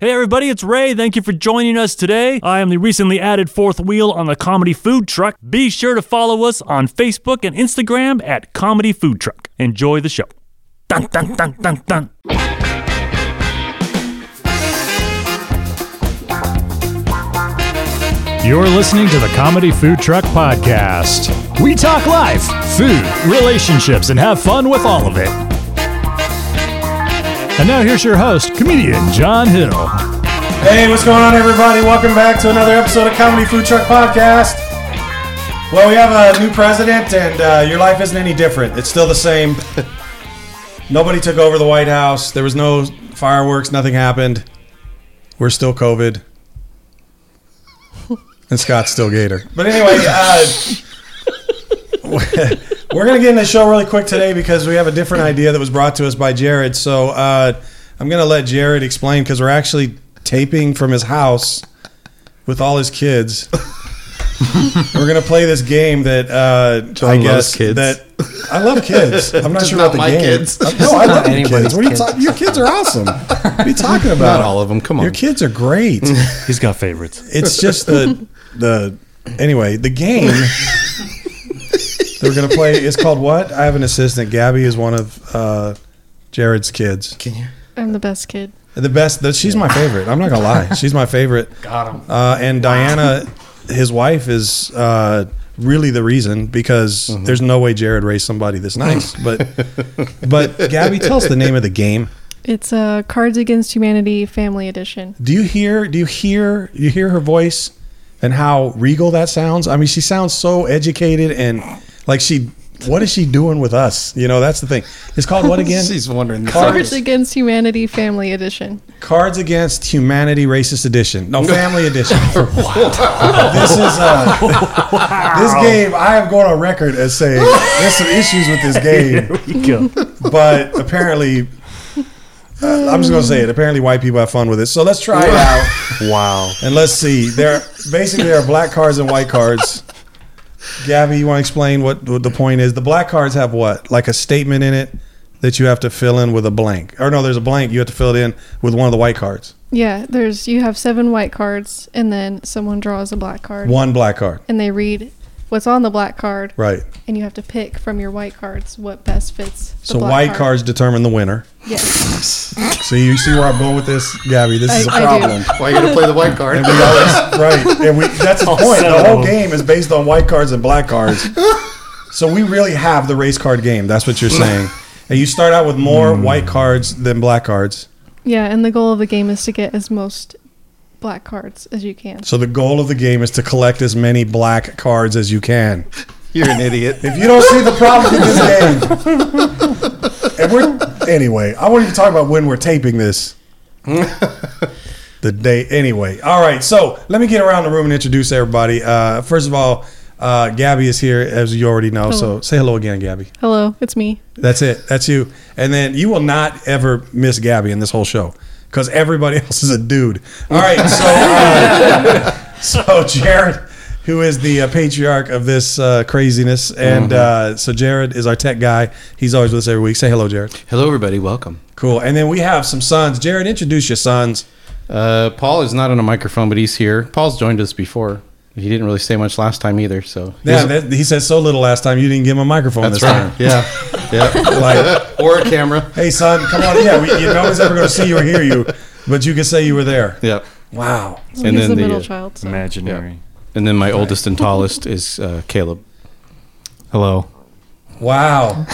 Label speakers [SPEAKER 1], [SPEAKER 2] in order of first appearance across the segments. [SPEAKER 1] Hey everybody, it's Ray. Thank you for joining us today. I am the recently added fourth wheel on the Comedy Food Truck. Be sure to follow us on Facebook and Instagram at Comedy Food Truck. Enjoy the show. Dun dun dun dun dun.
[SPEAKER 2] You're listening to the Comedy Food Truck Podcast. We talk life, food, relationships, and have fun with all of it. And now here's your host, comedian John Hill.
[SPEAKER 3] Hey, what's going on, everybody? Welcome back to another episode of Comedy Food Truck Podcast. Well, we have a new president, and uh, your life isn't any different. It's still the same. Nobody took over the White House. There was no fireworks. Nothing happened. We're still COVID, and Scott's still Gator. But anyway, uh, we're gonna get in the show really quick today because we have a different idea that was brought to us by Jared. So uh, I'm gonna let Jared explain because we're actually taping from his house with all his kids. we're gonna play this game that uh, I
[SPEAKER 4] loves
[SPEAKER 3] guess
[SPEAKER 4] kids.
[SPEAKER 3] that I love kids. I'm not
[SPEAKER 4] Just
[SPEAKER 3] sure
[SPEAKER 4] not
[SPEAKER 3] about
[SPEAKER 4] my
[SPEAKER 3] the game.
[SPEAKER 4] kids.
[SPEAKER 3] No, I love your kids.
[SPEAKER 5] anybody's
[SPEAKER 3] What are you
[SPEAKER 5] kids.
[SPEAKER 3] talking? Your kids are awesome. What are you talking about?
[SPEAKER 4] Not all of them. Come on.
[SPEAKER 3] Your kids are great.
[SPEAKER 1] He's got favorites.
[SPEAKER 3] it's just the the anyway the game they're gonna play is called what i have an assistant gabby is one of uh, jared's kids
[SPEAKER 6] I'm the best kid.
[SPEAKER 3] the best the, she's my favorite i'm not gonna lie she's my favorite got him uh, and diana his wife is uh, really the reason because there's no way jared raised somebody this nice but but gabby tell us the name of the game
[SPEAKER 6] It's uh, Cards Against Humanity Family Edition.
[SPEAKER 3] Do you hear? Do you hear? You hear her voice, and how regal that sounds. I mean, she sounds so educated and like she. What is she doing with us? You know, that's the thing. It's called what again?
[SPEAKER 4] She's wondering. the
[SPEAKER 3] Cards.
[SPEAKER 6] Cards Against Humanity Family Edition.
[SPEAKER 3] Cards Against Humanity Racist Edition. No, Family Edition. this is uh, this game. I am going on record as saying there's some issues with this game,
[SPEAKER 1] You go.
[SPEAKER 3] but apparently. uh, I'm just gonna say it. Apparently, white people have fun with it. So let's try it out.
[SPEAKER 4] Wow.
[SPEAKER 3] And let's see. There basically there are black cards and white cards. Gabby, you want to explain what, what the point is? The black cards have what? Like a statement in it that you have to fill in with a blank. Or no, there's a blank. You have to fill it in with one of the white cards.
[SPEAKER 6] Yeah, there's you have seven white cards, and then someone draws a black card,
[SPEAKER 3] One black card.
[SPEAKER 6] and they read what's on the black card,
[SPEAKER 3] Right.
[SPEAKER 6] and you have to pick from your white cards what best fits. The
[SPEAKER 3] So
[SPEAKER 6] black
[SPEAKER 3] white
[SPEAKER 6] card.
[SPEAKER 3] cards determine the winner.
[SPEAKER 6] Yes,
[SPEAKER 3] So you see where I'm going with this, Gabby? This is a
[SPEAKER 6] I- I do.
[SPEAKER 3] problem.
[SPEAKER 4] Why you gonna play the white card?
[SPEAKER 3] And we always right, and we that's the point.
[SPEAKER 1] seven
[SPEAKER 3] The
[SPEAKER 1] of
[SPEAKER 3] whole
[SPEAKER 1] them.
[SPEAKER 3] game is based on white cards and black cards. so we really have the race card game. That's what you're saying. And you start out with more white cards than black cards.
[SPEAKER 6] yeah, and the goal of the game is to get as most black cards as you can.
[SPEAKER 3] So the goal of the game is to collect as many black cards as you can.
[SPEAKER 4] You're an idiot.
[SPEAKER 3] If you don't see the problem with this game, and we're anyway, I wanted to talk about when we're taping this. the day, anyway. All right, so let me get around the room and introduce everybody. Uh, first of all, uh, Gabby is here, as you already know. So
[SPEAKER 6] Hello.
[SPEAKER 3] say hello again, Gabby.
[SPEAKER 6] Hello, it's me.
[SPEAKER 3] That's it. That's you. And then you will not ever miss Gabby in this whole show because everybody else is a dude. All right. So, uh, so Jared, who is the uh, patriarch of this uh, craziness, and uh, so Jared is our tech guy. He's always with us every week. Say hello, Jared.
[SPEAKER 4] Hello, everybody. Welcome.
[SPEAKER 3] Cool. And then we have some sons. Jared, introduce your sons.
[SPEAKER 4] Uh, Paul is not on a microphone, but he's here. Paul's joined us before. He didn't really say much last time either. So
[SPEAKER 3] Yeah, that, he said so little last time. You didn't give him a microphone
[SPEAKER 4] that's
[SPEAKER 3] this
[SPEAKER 4] right. Yeah, yeah.
[SPEAKER 3] time. Like,
[SPEAKER 4] Or a camera.
[SPEAKER 3] hey, son, come on. Yeah, we, you, no one's ever going to see you or hear you, but you can say you were there.
[SPEAKER 4] Yeah.
[SPEAKER 3] Wow.
[SPEAKER 4] And
[SPEAKER 6] He's
[SPEAKER 4] then
[SPEAKER 6] the
[SPEAKER 4] the,
[SPEAKER 6] middle
[SPEAKER 4] uh,
[SPEAKER 6] child. So.
[SPEAKER 1] Imaginary.
[SPEAKER 4] And then my oldest and tallest is uh, Caleb.
[SPEAKER 7] Hello.
[SPEAKER 3] Wow.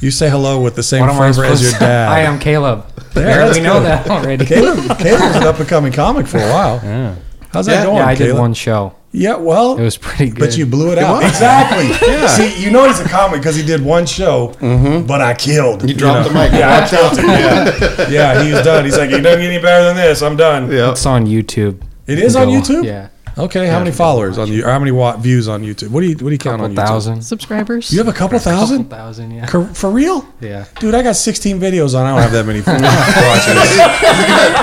[SPEAKER 3] You say hello with the same
[SPEAKER 7] What am I
[SPEAKER 3] fervor
[SPEAKER 7] supposed
[SPEAKER 3] as your
[SPEAKER 7] to-
[SPEAKER 3] dad.
[SPEAKER 7] I am Caleb.
[SPEAKER 3] There,
[SPEAKER 7] we know that already.
[SPEAKER 3] Caleb, Caleb's an up and coming comic for a while. How's that
[SPEAKER 4] Yeah,
[SPEAKER 3] going?
[SPEAKER 7] yeah, I did
[SPEAKER 3] Caleb?
[SPEAKER 7] one show.
[SPEAKER 3] Yeah, well,
[SPEAKER 7] It was pretty good.
[SPEAKER 3] but you blew it out. Exactly. See, you know he's a comic because he did one show,
[SPEAKER 7] Mm-hmm.
[SPEAKER 3] but I killed.
[SPEAKER 4] You dropped the mic.
[SPEAKER 3] Yeah, I killed him. Yeah. yeah, he was done. He's like, he doesn't get any better than this. I'm done.
[SPEAKER 4] Yeah.
[SPEAKER 7] It's on YouTube.
[SPEAKER 3] It is on
[SPEAKER 7] Go
[SPEAKER 3] YouTube.
[SPEAKER 7] Yeah.
[SPEAKER 3] Okay. How many followers on you? Or how many wa- views on YouTube? What do you What do you count
[SPEAKER 7] Couple
[SPEAKER 3] on YouTube?
[SPEAKER 7] thousand.
[SPEAKER 6] Subscribers.
[SPEAKER 3] You have a couple
[SPEAKER 7] Couple
[SPEAKER 3] thousand?
[SPEAKER 7] thousand, yeah.
[SPEAKER 3] Cor- For real?
[SPEAKER 7] Yeah.
[SPEAKER 3] Dude, I got 16 videos on. I don't have that many watchers.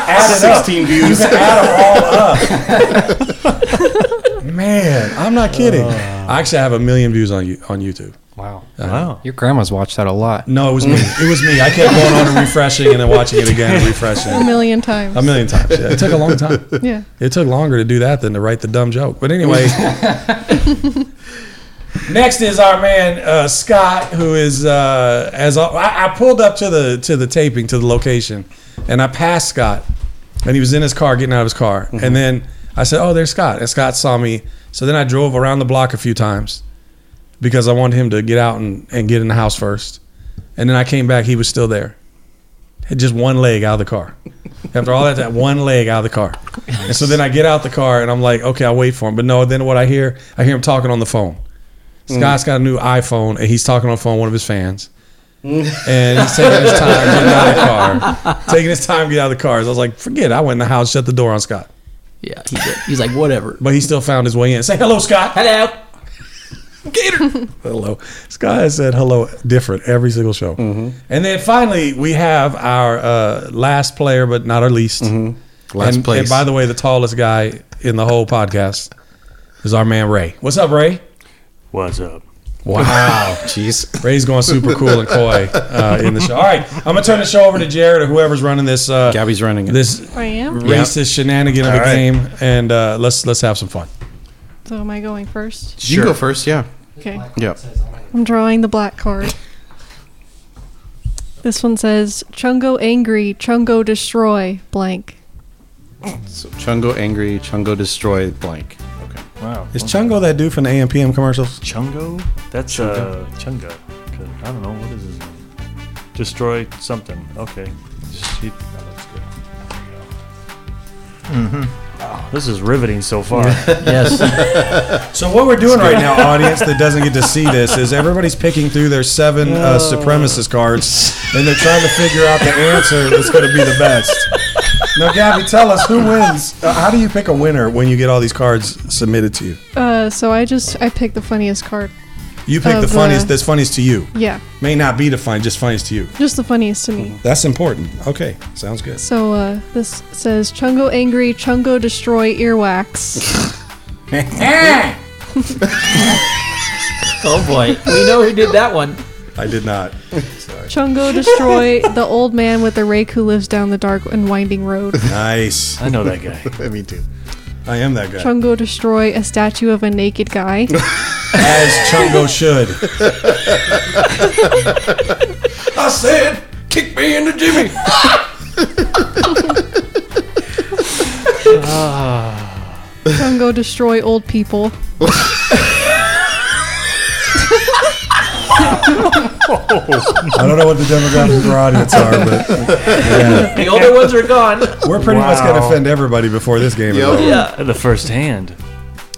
[SPEAKER 3] Add it up.
[SPEAKER 4] 16 views.
[SPEAKER 3] You can add Uh, them all up. Man, I'm not kidding. I actually have a million views on you on YouTube.
[SPEAKER 7] Wow.
[SPEAKER 1] Wow.
[SPEAKER 7] Your grandma's watched that a lot.
[SPEAKER 3] No, it was me. It was me. I kept going on and refreshing and then watching it again and refreshing.
[SPEAKER 6] A million times.
[SPEAKER 3] A million times. Yeah. It took a long time.
[SPEAKER 6] Yeah.
[SPEAKER 3] It took longer to do that than to write the dumb joke. But anyway. Next is our man uh, Scott, who is uh, as al- I, I pulled up to the to the taping to the location, and I passed Scott, and he was in his car getting out of his car, and then I said, "Oh, there's Scott," and Scott saw me. So then I drove around the block a few times because I wanted him to get out and, and get in the house first, and then I came back. He was still there, had just one leg out of the car. After all that, that one leg out of the car. And so then I get out the car and I'm like, okay, I'll wait for him. But no, then what I hear, I hear him talking on the phone. Scott's got a new iPhone and he's talking on the phone with one of his fans. and he's taking his time getting out of the car. Taking his time getting out of the car. So I was like, forget it. I went in the house, shut the door on Scott.
[SPEAKER 5] Yeah, he did. he's like whatever.
[SPEAKER 3] But he still found his way in. Say hello, Scott.
[SPEAKER 5] Hello.
[SPEAKER 3] Hello. Scott has said hello different every single show. And then finally, we have our uh, last player, but not our least.
[SPEAKER 4] Last
[SPEAKER 3] and,
[SPEAKER 4] place.
[SPEAKER 3] and by the way, the tallest guy in the whole podcast is our man Ray. What's up, Ray?
[SPEAKER 1] What's up?
[SPEAKER 3] Wow.
[SPEAKER 4] Jeez.
[SPEAKER 3] Ray's going super cool and coy uh, in the show. All right, I'm gonna turn the show over to Jared or whoever's running this uh,
[SPEAKER 4] Gabby's running it.
[SPEAKER 3] this
[SPEAKER 6] I am.
[SPEAKER 3] racist shenanigan of a
[SPEAKER 4] All right.
[SPEAKER 3] game, and uh, let's let's have some fun.
[SPEAKER 6] So am I going first?
[SPEAKER 4] You go first, yeah.
[SPEAKER 6] Okay.
[SPEAKER 4] Yeah.
[SPEAKER 6] I'm drawing the black card. This one says Chungo angry, Chungo destroy blank.
[SPEAKER 4] So Chungo angry, Chungo destroy blank. Okay.
[SPEAKER 1] Wow.
[SPEAKER 3] Is Chungo that dude from the AMPM commercials?
[SPEAKER 1] Chungo? That's uh Chungo. Okay, I don't know what is his name. Destroy something. Okay. Just- he- oh, that's good. There you go. Mm-hmm. Wow, This is riveting so far.
[SPEAKER 5] Yes.
[SPEAKER 3] So what we're doing right now, audience that doesn't get to see this, is everybody's picking through their seven uh,
[SPEAKER 4] Oh.
[SPEAKER 3] supremacist cards, and they're trying to figure out the answer that's going to be the best. Now, Gabby, tell us who wins. Uh, how do you pick a winner when you get all these cards submitted to you?
[SPEAKER 6] Uh, so I just I picked the funniest card.
[SPEAKER 3] You pick
[SPEAKER 6] Of,
[SPEAKER 3] the funniest
[SPEAKER 6] uh,
[SPEAKER 3] that's funniest to you.
[SPEAKER 6] Yeah,
[SPEAKER 3] May not be the funniest, just funniest to you.
[SPEAKER 6] just the funniest to me.
[SPEAKER 3] That's important. Okay, sounds good.
[SPEAKER 6] So uh, this says Chungo angry, Chungo destroy earwax.
[SPEAKER 5] oh boy, we know who did that one.
[SPEAKER 3] I did not.
[SPEAKER 6] Chungo destroy the old man with the rake who lives down the dark and winding road.
[SPEAKER 3] Nice.
[SPEAKER 1] I know that guy.
[SPEAKER 4] Me too.
[SPEAKER 3] I am that guy.
[SPEAKER 6] Chungo destroy a statue of a naked guy.
[SPEAKER 3] As Chungo should. I said, kick me into Jimmy.
[SPEAKER 6] Chungo destroy old people.
[SPEAKER 3] I don't know what the demographic of our audience are, but
[SPEAKER 5] The older ones are gone.
[SPEAKER 3] we're pretty much going to
[SPEAKER 1] Wow.
[SPEAKER 3] offend everybody before this game. is
[SPEAKER 4] Yep.
[SPEAKER 3] over.
[SPEAKER 5] Yeah.
[SPEAKER 1] The first hand.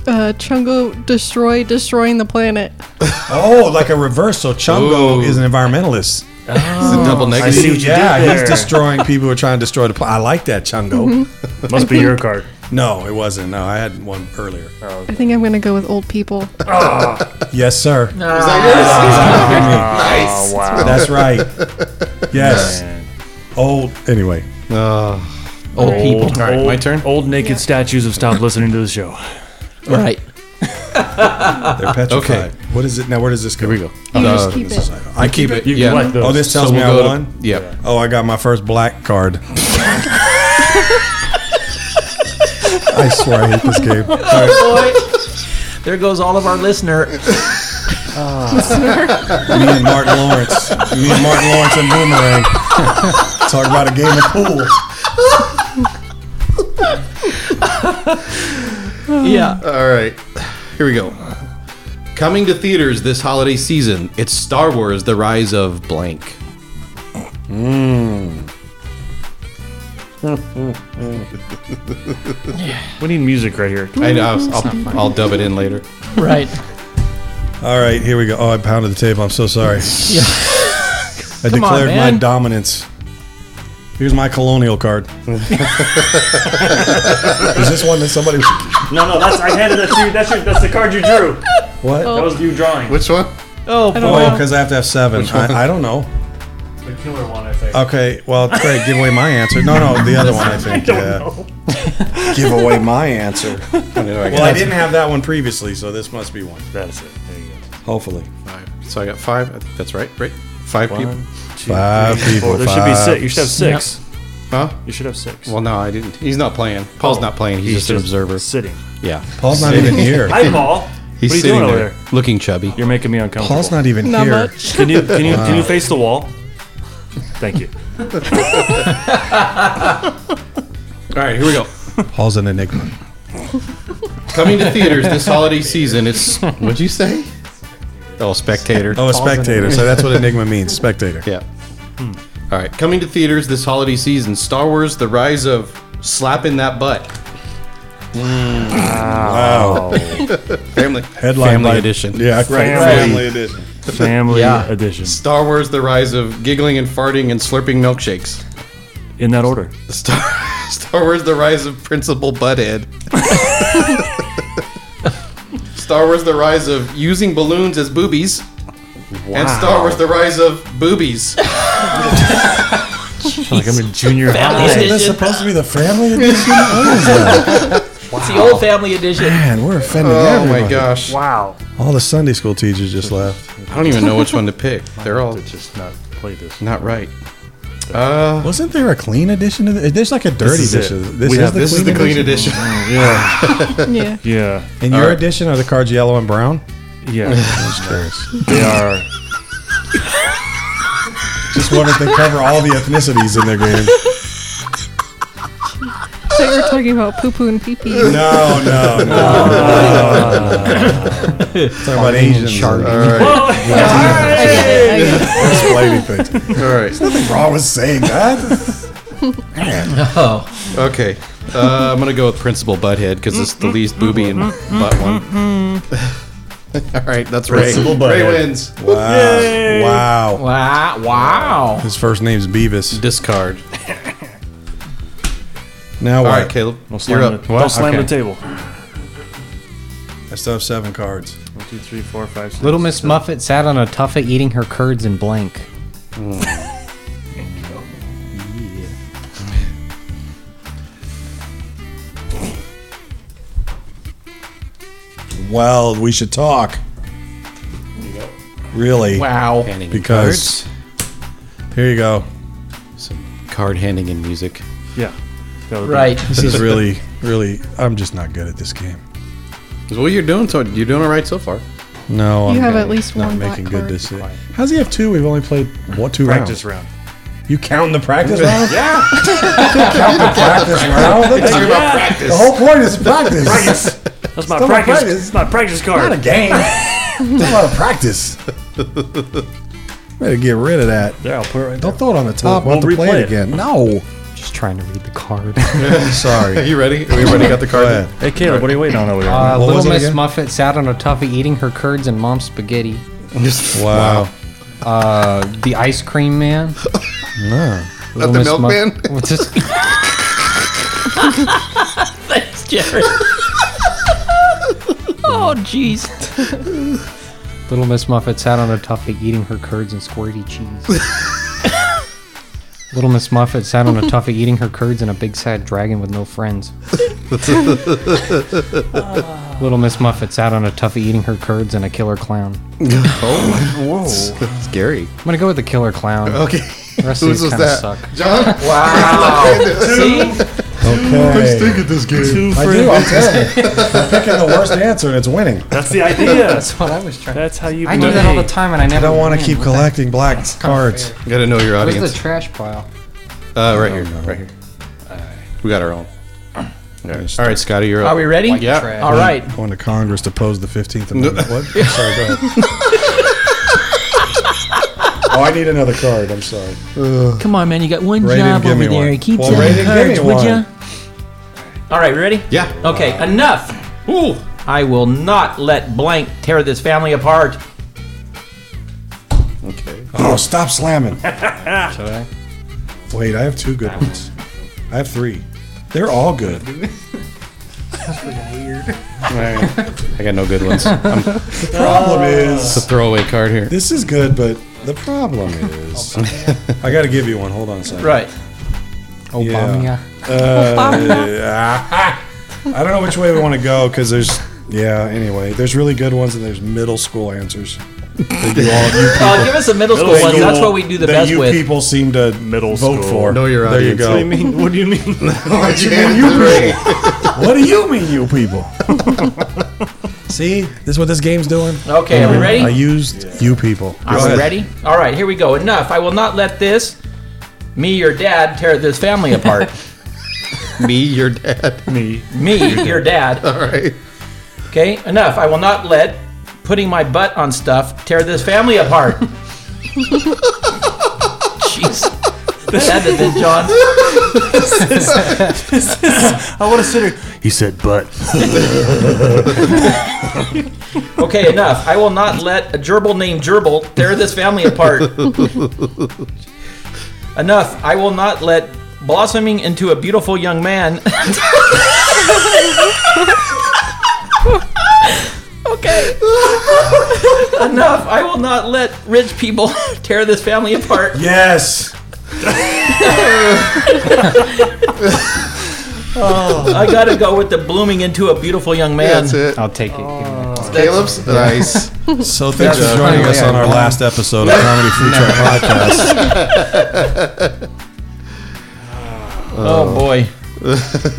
[SPEAKER 6] Uh, Chungo destroy destroying the planet.
[SPEAKER 3] Oh, like a reverse. So Chungo
[SPEAKER 4] Ooh.
[SPEAKER 3] is an environmentalist.
[SPEAKER 4] Double
[SPEAKER 1] I
[SPEAKER 4] negative.
[SPEAKER 1] see what you
[SPEAKER 3] yeah,
[SPEAKER 1] did there.
[SPEAKER 3] he's destroying people who are trying to destroy the planet. I like that, Chungo.
[SPEAKER 1] Must be your card.
[SPEAKER 3] No, it wasn't. No, I had one earlier.
[SPEAKER 6] I think I'm gonna go with old people.
[SPEAKER 3] Yes, sir.
[SPEAKER 1] Oh, wow.
[SPEAKER 3] That's right. Yes.
[SPEAKER 1] Man.
[SPEAKER 3] Old. Anyway.
[SPEAKER 4] Oh.
[SPEAKER 5] Old people.
[SPEAKER 4] All right, my turn.
[SPEAKER 1] Old naked statues have stopped listening to the show.
[SPEAKER 5] Right.
[SPEAKER 3] They're petrified.
[SPEAKER 4] Okay.
[SPEAKER 3] What is it now? Where does this go?
[SPEAKER 4] Here we go.
[SPEAKER 6] You
[SPEAKER 4] Uh,
[SPEAKER 6] just keep it.
[SPEAKER 3] I keep it.
[SPEAKER 1] You
[SPEAKER 4] Yeah.
[SPEAKER 1] can like those.
[SPEAKER 3] Oh, this tells
[SPEAKER 4] so
[SPEAKER 3] me
[SPEAKER 4] we'll
[SPEAKER 3] I
[SPEAKER 4] go
[SPEAKER 3] won.
[SPEAKER 4] to. Yep.
[SPEAKER 3] Oh, I got my first black card. I swear I hate this game. All right.
[SPEAKER 5] Boy. There goes all of our listener.
[SPEAKER 3] Me and Martin Lawrence. Me and Martin Lawrence and Boomerang. Talk about a game of pool.
[SPEAKER 5] Yeah.
[SPEAKER 4] All right, here we go. Coming to theaters this holiday season, it's Star Wars: The Rise of Blank.
[SPEAKER 1] We need music right here.
[SPEAKER 4] I know. I'll, I'll, I'll dub it in later.
[SPEAKER 5] Right.
[SPEAKER 3] All right, here we go. Oh, I pounded the table. I'm so sorry.
[SPEAKER 5] Yeah.
[SPEAKER 3] I
[SPEAKER 5] Come on,
[SPEAKER 3] declared my
[SPEAKER 5] man.
[SPEAKER 3] dominance. Here's my colonial card. is this one that somebody?
[SPEAKER 1] No, no, that's I handed that to you. That's your, that's the card you drew.
[SPEAKER 3] What?
[SPEAKER 1] That was you drawing.
[SPEAKER 4] Which one?
[SPEAKER 5] Oh boy.
[SPEAKER 3] Oh, because I have to have seven. I, I don't know.
[SPEAKER 1] The killer one, I think.
[SPEAKER 3] Okay, well, great. Give away my answer. No, no, the other one. I think. yeah. Give away my answer. well, I didn't have that one previously, so this must be one.
[SPEAKER 1] That's it. There you go.
[SPEAKER 3] Hopefully.
[SPEAKER 4] Five, So I got five. I think that's right, right? Five people.
[SPEAKER 3] Five people.
[SPEAKER 1] There should be six.
[SPEAKER 3] five.
[SPEAKER 1] You should have six.
[SPEAKER 4] Huh?
[SPEAKER 1] You should have six.
[SPEAKER 4] Well, no, I didn't. He's not playing. Paul's not playing. He's, just an observer.
[SPEAKER 1] Sitting.
[SPEAKER 4] Yeah.
[SPEAKER 3] Paul's not even here.
[SPEAKER 1] Hi, Paul.
[SPEAKER 4] He's
[SPEAKER 1] what are you
[SPEAKER 4] sitting
[SPEAKER 1] doing over
[SPEAKER 4] there,
[SPEAKER 1] there?
[SPEAKER 4] looking chubby.
[SPEAKER 1] You're making me uncomfortable.
[SPEAKER 3] Paul's not even
[SPEAKER 6] Not
[SPEAKER 3] here.
[SPEAKER 6] much.
[SPEAKER 1] Can you can you can you face the wall? Thank you.
[SPEAKER 4] All right, here we go.
[SPEAKER 3] Paul's an enigma.
[SPEAKER 4] Coming to theaters this holiday season. It's what'd you say? Oh, spectator.
[SPEAKER 3] Oh, a spectator. So that's what enigma means. Spectator.
[SPEAKER 4] Yeah. All right. Coming to theaters this holiday season Star Wars The Rise of Slapping That Butt.
[SPEAKER 3] Wow.
[SPEAKER 4] Family.
[SPEAKER 3] Headline
[SPEAKER 4] Family
[SPEAKER 3] by-
[SPEAKER 4] edition.
[SPEAKER 3] Yeah, right.
[SPEAKER 1] Family.
[SPEAKER 3] edition.
[SPEAKER 1] Family edition.
[SPEAKER 4] Star Wars The Rise of Giggling and Farting and Slurping Milkshakes.
[SPEAKER 1] In that order.
[SPEAKER 4] Star, Star Wars The Rise of Principal Butthead. Star Wars The Rise of Using Balloons as Boobies. And Star Wars The Rise of Boobies.
[SPEAKER 1] Like I'm in junior high.
[SPEAKER 5] Family
[SPEAKER 3] Isn't this
[SPEAKER 5] edition.
[SPEAKER 3] supposed to be the family edition? What is that?
[SPEAKER 5] It's the old family edition.
[SPEAKER 3] Man, we're offending
[SPEAKER 4] Oh
[SPEAKER 3] everybody.
[SPEAKER 4] my gosh.
[SPEAKER 1] Wow.
[SPEAKER 3] All the Sunday school teachers just left.
[SPEAKER 4] I don't even know which one to pick. They're all
[SPEAKER 1] Just not play this.
[SPEAKER 4] not right. Uh,
[SPEAKER 3] Wasn't there a clean edition? Of the, there's like a dirty
[SPEAKER 1] is it.
[SPEAKER 3] edition. This,
[SPEAKER 1] We
[SPEAKER 3] is,
[SPEAKER 1] have-
[SPEAKER 3] the
[SPEAKER 4] this
[SPEAKER 3] clean
[SPEAKER 4] is the clean edition.
[SPEAKER 3] Yeah.
[SPEAKER 6] Yeah.
[SPEAKER 1] Yeah.
[SPEAKER 3] And your
[SPEAKER 4] All right.
[SPEAKER 3] edition are the cards yellow and brown?
[SPEAKER 1] Yeah.
[SPEAKER 3] Just curious.
[SPEAKER 1] they are.
[SPEAKER 3] Just wonder if they cover all the ethnicities in their game.
[SPEAKER 6] So we're talking about poo poo and pee pee.
[SPEAKER 3] No, no, no. Talking about Asians.
[SPEAKER 5] shark.
[SPEAKER 3] Shark. Explaining things.
[SPEAKER 4] All right.
[SPEAKER 3] Raw was saying that.
[SPEAKER 5] Oh,
[SPEAKER 4] Okay. Uh, I'm going to go with Principal Butthead because it's the least booby and butt one. All right. That's Ray.
[SPEAKER 3] Principal
[SPEAKER 4] Ray
[SPEAKER 3] Butthead.
[SPEAKER 4] wins.
[SPEAKER 3] Wow. Ah, wow.
[SPEAKER 5] wow, wow.
[SPEAKER 3] His first name's Beavis.
[SPEAKER 4] Discard.
[SPEAKER 3] Now
[SPEAKER 4] All
[SPEAKER 3] what?
[SPEAKER 4] right, Caleb.
[SPEAKER 1] Don't slam,
[SPEAKER 4] You're
[SPEAKER 1] the,
[SPEAKER 4] up.
[SPEAKER 1] don't slam
[SPEAKER 4] Okay.
[SPEAKER 1] the table.
[SPEAKER 3] I still have seven cards.
[SPEAKER 1] One, two, three, four, five, six.
[SPEAKER 7] Little Miss Muffet sat on a tuffet eating her curds and blank.
[SPEAKER 3] Well, we should talk. Really?
[SPEAKER 5] Wow.
[SPEAKER 3] Because here you go.
[SPEAKER 4] Some card handing and music.
[SPEAKER 1] Yeah. That would be-
[SPEAKER 5] Right.
[SPEAKER 3] This is really, really. I'm just not good at this game.
[SPEAKER 4] Well, you're doing so. You're doing all right so far.
[SPEAKER 3] No,
[SPEAKER 6] You
[SPEAKER 3] I'm
[SPEAKER 6] have
[SPEAKER 3] not-
[SPEAKER 6] at least
[SPEAKER 3] not
[SPEAKER 6] one black
[SPEAKER 3] making good
[SPEAKER 6] card.
[SPEAKER 3] this. year. How's he have two? We've only played what two
[SPEAKER 1] Practice
[SPEAKER 3] rounds?
[SPEAKER 1] round.
[SPEAKER 3] You counting the practice round? yeah. practice round. That's-
[SPEAKER 4] Talking about practice.
[SPEAKER 3] The whole point is practice.
[SPEAKER 1] That's my
[SPEAKER 3] Still my
[SPEAKER 1] practice.
[SPEAKER 3] practice.
[SPEAKER 1] It's my practice
[SPEAKER 3] Not a
[SPEAKER 1] card.
[SPEAKER 3] game. It's a lot of practice. Better get rid of that.
[SPEAKER 1] There, I'll put it right there.
[SPEAKER 3] Don't throw it on the top. We'll,
[SPEAKER 1] We'll-
[SPEAKER 3] have
[SPEAKER 1] we'll
[SPEAKER 3] to play
[SPEAKER 1] replay
[SPEAKER 3] it
[SPEAKER 1] it.
[SPEAKER 3] again. No.
[SPEAKER 7] Just trying to read the card. Uh,
[SPEAKER 3] I'm sorry.
[SPEAKER 4] Are you ready? Are we ready? Got the card.
[SPEAKER 3] Go ahead.
[SPEAKER 1] Hey, Caleb, what are you waiting on over there?
[SPEAKER 7] Uh,
[SPEAKER 3] What was
[SPEAKER 7] Little
[SPEAKER 3] it
[SPEAKER 7] Miss
[SPEAKER 3] again?
[SPEAKER 7] Muffet sat on a tuffet eating her curds and mom's spaghetti.
[SPEAKER 3] Wow.
[SPEAKER 7] Uh, the ice cream man.
[SPEAKER 3] No.
[SPEAKER 7] Little
[SPEAKER 4] the
[SPEAKER 7] Miss Muff-
[SPEAKER 4] milkman?
[SPEAKER 7] What's this?
[SPEAKER 5] Thanks, Jerry. oh, jeez.
[SPEAKER 7] Little Miss Muffet sat on a tuffet eating her curds and squirty cheese. Little Miss Muffet sat on a tuffet eating her curds and a big sad dragon with no friends. Little Miss Muffet sat on a tuffet eating her curds and a killer clown.
[SPEAKER 4] Oh, Scary.
[SPEAKER 7] I'm gonna go with the killer clown.
[SPEAKER 4] Okay.
[SPEAKER 7] The rest
[SPEAKER 4] Whose
[SPEAKER 7] of
[SPEAKER 4] was
[SPEAKER 7] these kind of
[SPEAKER 4] that?
[SPEAKER 7] suck.
[SPEAKER 4] John.
[SPEAKER 5] See?
[SPEAKER 3] Okay.
[SPEAKER 4] at this game.
[SPEAKER 3] I do. I'm terrible. I'm picking the worst answer and it's winning.
[SPEAKER 1] That's the idea.
[SPEAKER 7] That's what I was trying.
[SPEAKER 1] That's how you
[SPEAKER 7] I do that all the time and I never.
[SPEAKER 3] I don't want to
[SPEAKER 7] win.
[SPEAKER 3] keep
[SPEAKER 7] What the-
[SPEAKER 3] collecting black cards.
[SPEAKER 4] You gotta know your
[SPEAKER 7] Where's the
[SPEAKER 4] audience.
[SPEAKER 7] trash pile?
[SPEAKER 4] Uh, right here. Right here. We got our own. All right, all right Scotty, you're up.
[SPEAKER 5] Are we ready?
[SPEAKER 4] Yeah.
[SPEAKER 7] Trash.
[SPEAKER 5] All right.
[SPEAKER 3] Going to Congress to pose the 15th Amendment. What? I'm sorry, go ahead. oh, I need another card. I'm sorry.
[SPEAKER 5] Come on, man. You got one
[SPEAKER 3] Ray didn't
[SPEAKER 5] job
[SPEAKER 3] give
[SPEAKER 5] over
[SPEAKER 3] me
[SPEAKER 5] there.
[SPEAKER 3] one.
[SPEAKER 5] Keep
[SPEAKER 3] Well,
[SPEAKER 5] telling
[SPEAKER 3] Ray didn't give me
[SPEAKER 5] cards, would
[SPEAKER 3] one.
[SPEAKER 5] ya? All right, ready?
[SPEAKER 4] Yeah.
[SPEAKER 5] Okay, enough. Ooh. I will not let blank tear this family apart.
[SPEAKER 4] Okay.
[SPEAKER 3] Oh, stop slamming. Wait, I have two good ones. I have three. They're all good.
[SPEAKER 4] I got no good ones. I'm
[SPEAKER 3] The problem
[SPEAKER 4] the
[SPEAKER 3] is,
[SPEAKER 4] throwaway card here.
[SPEAKER 3] this is good, but the problem is, I got to give you one. Hold on a second.
[SPEAKER 5] Right.
[SPEAKER 7] Obama.
[SPEAKER 3] Yeah. Uh, I don't know which way we want to go because there's, yeah, anyway, there's really good ones and there's middle school answers.
[SPEAKER 5] Uh, give us a middle school one.
[SPEAKER 3] you-
[SPEAKER 5] That's what we do the
[SPEAKER 3] that
[SPEAKER 5] best
[SPEAKER 3] you
[SPEAKER 5] with.
[SPEAKER 3] people seem to
[SPEAKER 1] Middle
[SPEAKER 3] vote
[SPEAKER 1] school.
[SPEAKER 3] for.
[SPEAKER 4] Know your
[SPEAKER 3] there you
[SPEAKER 4] audience.
[SPEAKER 3] go.
[SPEAKER 4] What do
[SPEAKER 3] mean? What do you mean?
[SPEAKER 4] what you
[SPEAKER 3] mean, you people? what do you mean, you people? See, this is what this game's doing.
[SPEAKER 5] Okay, are we ready?
[SPEAKER 3] I used you people.
[SPEAKER 5] Are we ready? All right, here we go. Enough. I will not let this, me, your dad, tear this family apart.
[SPEAKER 4] Me, your dad.
[SPEAKER 1] Me.
[SPEAKER 5] me, your dad.
[SPEAKER 4] All right.
[SPEAKER 5] Okay, enough. I will not let putting my butt on stuff tear this family apart. Jeez. That did it, John.
[SPEAKER 1] I want to sit here. He said, but.
[SPEAKER 5] Okay, enough. I will not let a gerbil named Gerbil tear this family apart. enough. I will not let blossoming into a beautiful young man. okay. enough. I will not let rich people tear this family apart.
[SPEAKER 3] Yes.
[SPEAKER 5] I gotta go with the blooming into a beautiful young man.
[SPEAKER 4] That's it.
[SPEAKER 7] I'll take it. Give
[SPEAKER 4] Caleb's nice.
[SPEAKER 3] So thanks
[SPEAKER 4] That's
[SPEAKER 3] for joining
[SPEAKER 4] funny.
[SPEAKER 3] us on our
[SPEAKER 4] Yeah.
[SPEAKER 3] last episode of Comedy Food Truck Podcast.
[SPEAKER 5] Oh boy.
[SPEAKER 3] I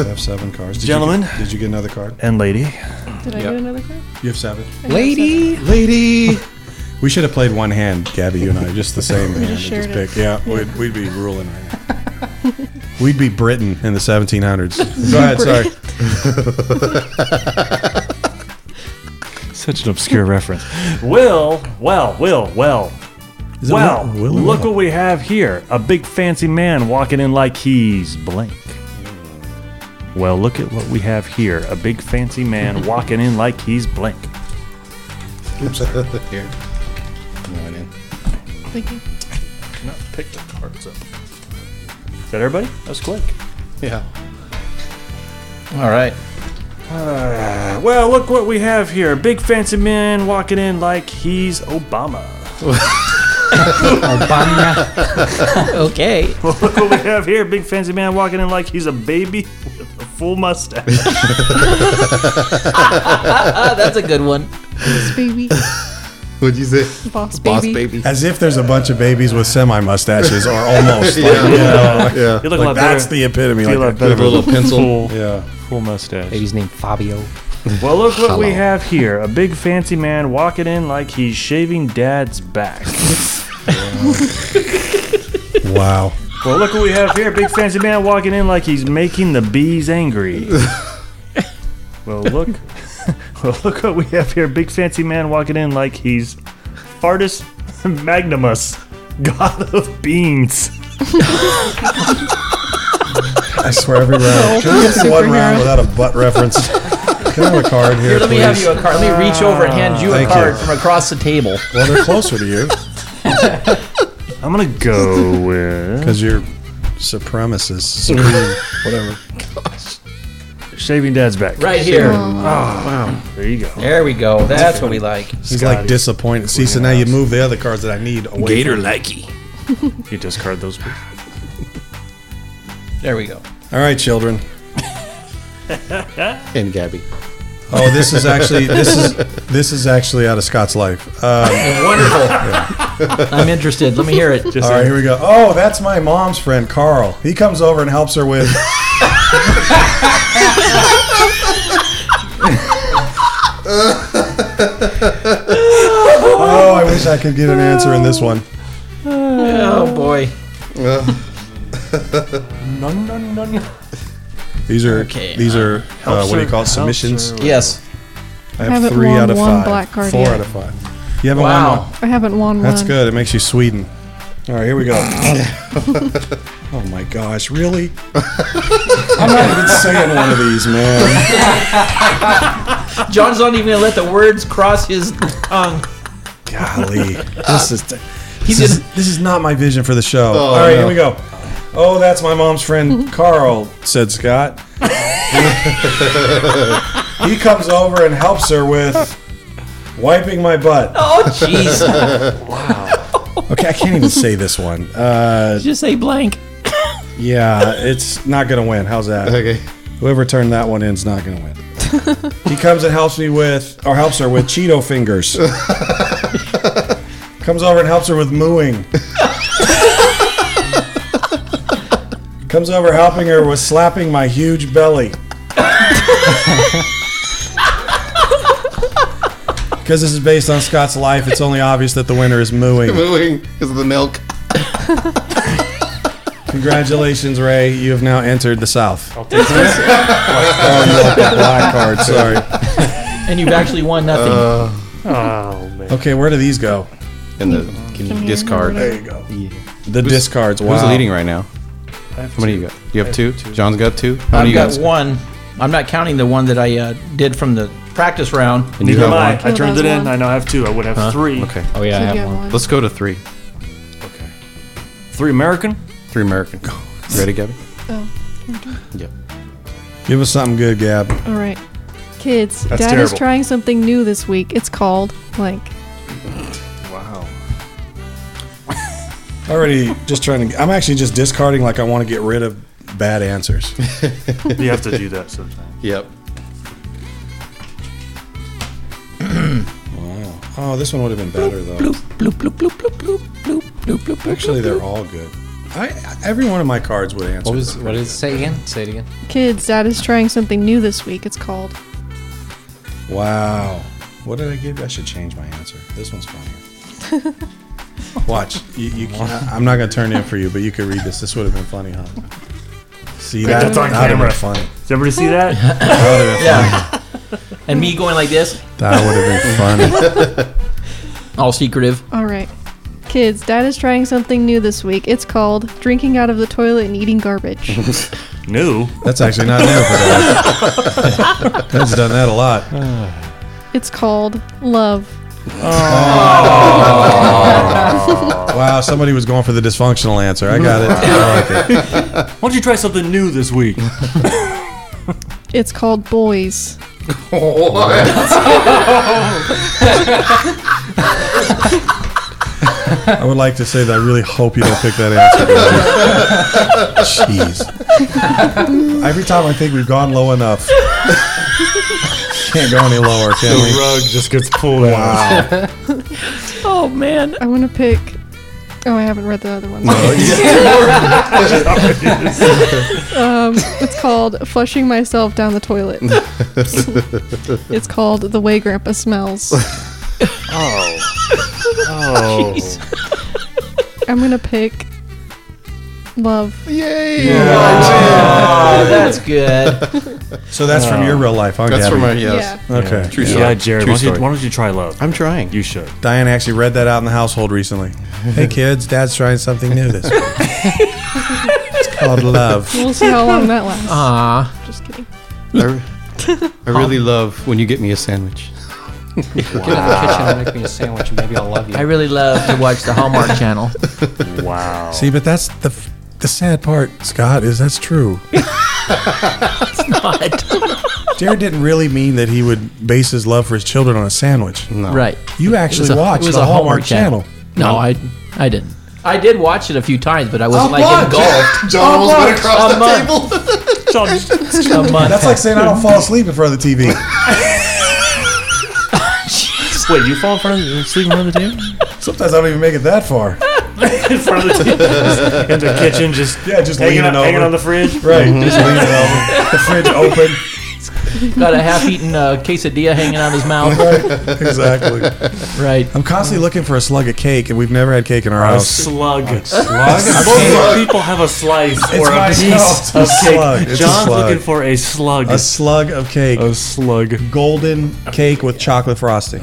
[SPEAKER 3] have seven cards. Did
[SPEAKER 1] Gentlemen.
[SPEAKER 3] you get, did you get another card?
[SPEAKER 1] And lady.
[SPEAKER 6] Did I get another card?
[SPEAKER 3] You have seven.
[SPEAKER 7] me- Lady.
[SPEAKER 3] Lady. We should have played one hand, Gabby, you and I, just the same hand. and
[SPEAKER 6] shared
[SPEAKER 3] just
[SPEAKER 6] it.
[SPEAKER 3] pick. Yeah, We'd, we'd be ruling right now. we'd be Britain in the 1700s. Go ahead, sorry.
[SPEAKER 1] Such an obscure reference. Will, well, Will, well.
[SPEAKER 3] it
[SPEAKER 1] well,
[SPEAKER 3] Will- Will or
[SPEAKER 1] look
[SPEAKER 3] Will?
[SPEAKER 1] what we have here. A big fancy man walking in like he's blank. Well, look at what we have here. A big fancy man walking in like he's blank.
[SPEAKER 4] Here. Come on in.
[SPEAKER 6] Thank you.
[SPEAKER 1] Pick the cards up. Is that everybody? That was quick.
[SPEAKER 4] Yeah.
[SPEAKER 5] All right.
[SPEAKER 1] Uh, Well, look what we have here. A big fancy man walking in like he's Obama.
[SPEAKER 7] Oh, Obama.
[SPEAKER 5] Okay.
[SPEAKER 1] Look what we have here. Big fancy man walking in like he's a baby with a full mustache.
[SPEAKER 5] Ah, that's a good one.
[SPEAKER 6] Boss baby.
[SPEAKER 4] What'd you say?
[SPEAKER 6] Boss baby.
[SPEAKER 4] Boss baby.
[SPEAKER 3] As if there's a bunch of babies with semi mustaches or almost. Like,
[SPEAKER 4] Yeah.
[SPEAKER 3] you know,
[SPEAKER 4] Yeah.
[SPEAKER 1] You look a
[SPEAKER 3] like
[SPEAKER 1] lot
[SPEAKER 3] that's
[SPEAKER 1] better.
[SPEAKER 3] the epitome.
[SPEAKER 1] You
[SPEAKER 3] Like,
[SPEAKER 1] look better
[SPEAKER 4] With a little
[SPEAKER 1] with a
[SPEAKER 4] pencil.
[SPEAKER 1] Full,
[SPEAKER 3] yeah.
[SPEAKER 1] full mustache.
[SPEAKER 7] Baby's named Fabio.
[SPEAKER 1] Well, look what we
[SPEAKER 4] Hello.
[SPEAKER 1] have here. A big fancy man walking in like he's shaving dad's back.
[SPEAKER 3] Wow.
[SPEAKER 1] well, look what we have here. A big fancy man walking in like he's making the bees angry. well, look. Well, look what we have here. Big fancy man walking in like he's Fartus Magnumus, god of beans.
[SPEAKER 3] I swear every round. Should we get through one round without a butt reference? Can I have a card here,
[SPEAKER 5] Let me
[SPEAKER 3] please?
[SPEAKER 5] have you a card. Let me reach over and hand you a
[SPEAKER 3] Thank you.
[SPEAKER 5] card from across the table.
[SPEAKER 3] well, they're closer to you
[SPEAKER 1] I'm gonna go with
[SPEAKER 3] because you're supremacists. supreme, whatever.
[SPEAKER 1] shaving dad's back.
[SPEAKER 5] Right here.
[SPEAKER 1] There you go.
[SPEAKER 5] There we go. That's what we like.
[SPEAKER 3] He's like disappointed. See, so now you move the other cards that I need away. Gator
[SPEAKER 1] You discard those. Please.
[SPEAKER 5] There we go.
[SPEAKER 3] All right, children.
[SPEAKER 4] And Gabby.
[SPEAKER 3] Oh, this is actually this is this is actually out of Scott's life. Um,
[SPEAKER 5] Wonderful. I'm interested. Let me hear it.
[SPEAKER 3] all right, here we go. Oh, that's my mom's friend Carl. He comes over and helps her with. oh, I wish I could get an answer in this one.
[SPEAKER 5] Oh boy.
[SPEAKER 1] No, no, no, no.
[SPEAKER 3] These are
[SPEAKER 5] Okay,
[SPEAKER 3] these are uh, what do you
[SPEAKER 1] her-
[SPEAKER 3] call it?
[SPEAKER 1] helps
[SPEAKER 3] Submissions.
[SPEAKER 1] her-
[SPEAKER 5] Yes.
[SPEAKER 3] I
[SPEAKER 6] I
[SPEAKER 3] have
[SPEAKER 6] haven't
[SPEAKER 3] three
[SPEAKER 6] won
[SPEAKER 3] out of
[SPEAKER 6] one
[SPEAKER 3] five.
[SPEAKER 6] black card
[SPEAKER 3] Four
[SPEAKER 6] yet.
[SPEAKER 3] out of five. You haven't won one.
[SPEAKER 5] Wow.
[SPEAKER 6] I haven't won
[SPEAKER 3] That's
[SPEAKER 6] one.
[SPEAKER 3] good. It makes you Sweden. All right, here we go. oh my gosh, really? I'm not even saying one of these, man.
[SPEAKER 5] John's not even gonna let the words cross his tongue.
[SPEAKER 3] Golly, this is
[SPEAKER 5] He's
[SPEAKER 3] this
[SPEAKER 5] gonna
[SPEAKER 3] is, this is not my vision for the show. All right, here we go. Oh, that's my mom's friend Carl," said Scott. he comes over and helps her with wiping my butt.
[SPEAKER 5] Oh jeez.
[SPEAKER 3] Okay, I can't even say this one. Uh,
[SPEAKER 5] Just say blank.
[SPEAKER 3] yeah, it's not gonna win. How's that?
[SPEAKER 4] Okay.
[SPEAKER 3] Whoever turned that one in's not gonna win. He comes and helps me with, or helps her with Cheeto fingers. comes over and helps her with mooing. comes over helping her with slapping my huge belly. Because this is based on Scott's life, it's only obvious that the winner is mooing.
[SPEAKER 4] Mooing is the milk.
[SPEAKER 3] Congratulations, Ray. You have now entered the South. Black card, sorry.
[SPEAKER 5] and you've actually won nothing.
[SPEAKER 4] Uh,
[SPEAKER 3] Okay, where do these go?
[SPEAKER 4] And the can you discard.
[SPEAKER 3] There you go. The discards. Wow.
[SPEAKER 4] Who's leading right now? How many you got? You have two. John's got two. How many
[SPEAKER 5] I've
[SPEAKER 4] you
[SPEAKER 5] got one. I'm not counting the one that I uh, did from the practice round.
[SPEAKER 4] And you
[SPEAKER 1] Neither am I.
[SPEAKER 4] got
[SPEAKER 1] I
[SPEAKER 6] Kill
[SPEAKER 1] turned
[SPEAKER 6] those
[SPEAKER 1] it in.
[SPEAKER 6] one.
[SPEAKER 1] I now have two. I would have three.
[SPEAKER 4] one. Okay.
[SPEAKER 7] Oh yeah, I
[SPEAKER 6] You
[SPEAKER 7] have
[SPEAKER 6] have
[SPEAKER 7] one.
[SPEAKER 6] one.
[SPEAKER 4] Let's go to three. Okay.
[SPEAKER 1] Three American.
[SPEAKER 4] Three American. You ready, Gabby?
[SPEAKER 6] Oh,
[SPEAKER 4] Yep.
[SPEAKER 3] Give us something good, Gab.
[SPEAKER 6] all right. Kids,
[SPEAKER 1] That's
[SPEAKER 6] Dad is
[SPEAKER 1] terrible.
[SPEAKER 6] trying something new this week. It's called blank.
[SPEAKER 3] Already just trying to. I'm actually just discarding like I want to get rid of bad answers.
[SPEAKER 1] You have to do that sometimes.
[SPEAKER 4] Yep.
[SPEAKER 3] Oh, this one would have been better though. Actually, they're all good. I every one of my cards would answer.
[SPEAKER 7] What was
[SPEAKER 3] them.
[SPEAKER 7] what is say it again? Say it again.
[SPEAKER 6] Kids, Dad is trying something new this week. It's called.
[SPEAKER 3] Wow. What did I give? I should change my answer. This one's funnier. Watch. You, you can, I'm not gonna turn in for you, but you could read this. This would have been funny, huh? See that?
[SPEAKER 1] That's on
[SPEAKER 3] that
[SPEAKER 1] camera.
[SPEAKER 3] Would have been funny.
[SPEAKER 1] Does everybody see that?
[SPEAKER 3] That would have been
[SPEAKER 5] Yeah. and me going like this,
[SPEAKER 3] That would have been funny.
[SPEAKER 5] all secretive.
[SPEAKER 6] All right. Kids, Dad is trying something new this week. It's called drinking out of the toilet and eating garbage.
[SPEAKER 1] New.
[SPEAKER 3] That's actually not new for that. That's done that a lot.
[SPEAKER 6] it's called love.
[SPEAKER 3] Wow, somebody was going for the dysfunctional answer. I got it. I like it.
[SPEAKER 1] Why don't you try something new this week?
[SPEAKER 6] It's called boys.
[SPEAKER 3] I would like to say that I really hope you don't pick that answer. Jeez. Every time I think we've gone low enough, can't go any lower, can we?
[SPEAKER 2] Rug just gets pulled out.
[SPEAKER 5] Oh man.
[SPEAKER 6] I want to pick. Oh, I haven't read the other one. um, it's called flushing myself down the toilet. it's called the way Grandpa smells.
[SPEAKER 1] Oh.
[SPEAKER 6] I'm gonna pick love.
[SPEAKER 5] Oh, that's good.
[SPEAKER 3] So that's from your real life, huh,
[SPEAKER 4] That's
[SPEAKER 3] Gabby?
[SPEAKER 4] from my yes.
[SPEAKER 6] Yeah.
[SPEAKER 3] Okay.
[SPEAKER 4] True story.
[SPEAKER 1] Yeah, Jared.
[SPEAKER 4] True
[SPEAKER 1] Why don't, you,
[SPEAKER 4] story.
[SPEAKER 1] why don't you try love?
[SPEAKER 4] I'm trying.
[SPEAKER 1] You should.
[SPEAKER 3] Diane actually read that out in the household recently. Hey, kids, dad's trying something new this week. It's called love.
[SPEAKER 6] We'll see how long that lasts.
[SPEAKER 7] Uh-huh.
[SPEAKER 5] Ah,
[SPEAKER 6] Just kidding.
[SPEAKER 4] I, I really love when you get me a sandwich.
[SPEAKER 7] Get in the kitchen and make me a sandwich, and maybe I'll love you.
[SPEAKER 5] I really love to watch the Hallmark Channel.
[SPEAKER 1] Wow.
[SPEAKER 3] See, but that's the f- the sad part, Scott, is that's true. Jared didn't really mean that he would base his love for his children on a sandwich.
[SPEAKER 4] No.
[SPEAKER 5] Right.
[SPEAKER 3] You actually
[SPEAKER 5] a-
[SPEAKER 3] watched
[SPEAKER 5] it was
[SPEAKER 3] the
[SPEAKER 5] a
[SPEAKER 3] Hallmark,
[SPEAKER 5] Hallmark
[SPEAKER 3] Channel.
[SPEAKER 5] Channel. No, I I didn't. I did watch it a few times, but I wasn't like engulfed.
[SPEAKER 4] John almost
[SPEAKER 5] Oh,
[SPEAKER 4] went across
[SPEAKER 5] A
[SPEAKER 4] the
[SPEAKER 5] month.
[SPEAKER 4] table.
[SPEAKER 1] So I'm just-
[SPEAKER 5] A month.
[SPEAKER 3] That's like saying I don't fall asleep in front of the TV.
[SPEAKER 1] Wait, you fall in front of the, sleep in front of the table?
[SPEAKER 3] Sometimes I don't even make it that far.
[SPEAKER 1] in front of the table. Just in the kitchen, just
[SPEAKER 3] Yeah, just
[SPEAKER 1] hanging,
[SPEAKER 3] leaning
[SPEAKER 1] on, hanging
[SPEAKER 3] over.
[SPEAKER 1] on the fridge.
[SPEAKER 3] Right, just lean it over. The fridge
[SPEAKER 5] Got a half-eaten uh, quesadilla hanging out his mouth.
[SPEAKER 3] open. Right, exactly.
[SPEAKER 5] Right.
[SPEAKER 3] I'm constantly looking for a slug of cake, and we've never had cake in our
[SPEAKER 1] A
[SPEAKER 3] house.
[SPEAKER 1] slug.
[SPEAKER 3] Slug?
[SPEAKER 1] Most people have a slice
[SPEAKER 3] It's
[SPEAKER 1] or a
[SPEAKER 3] my-
[SPEAKER 1] piece
[SPEAKER 3] no, it's a
[SPEAKER 1] of cake.
[SPEAKER 3] slug. It's a
[SPEAKER 1] John's
[SPEAKER 3] slug.
[SPEAKER 1] looking for a slug.
[SPEAKER 3] A slug of cake.
[SPEAKER 1] A slug.
[SPEAKER 3] Golden cake with chocolate frosting.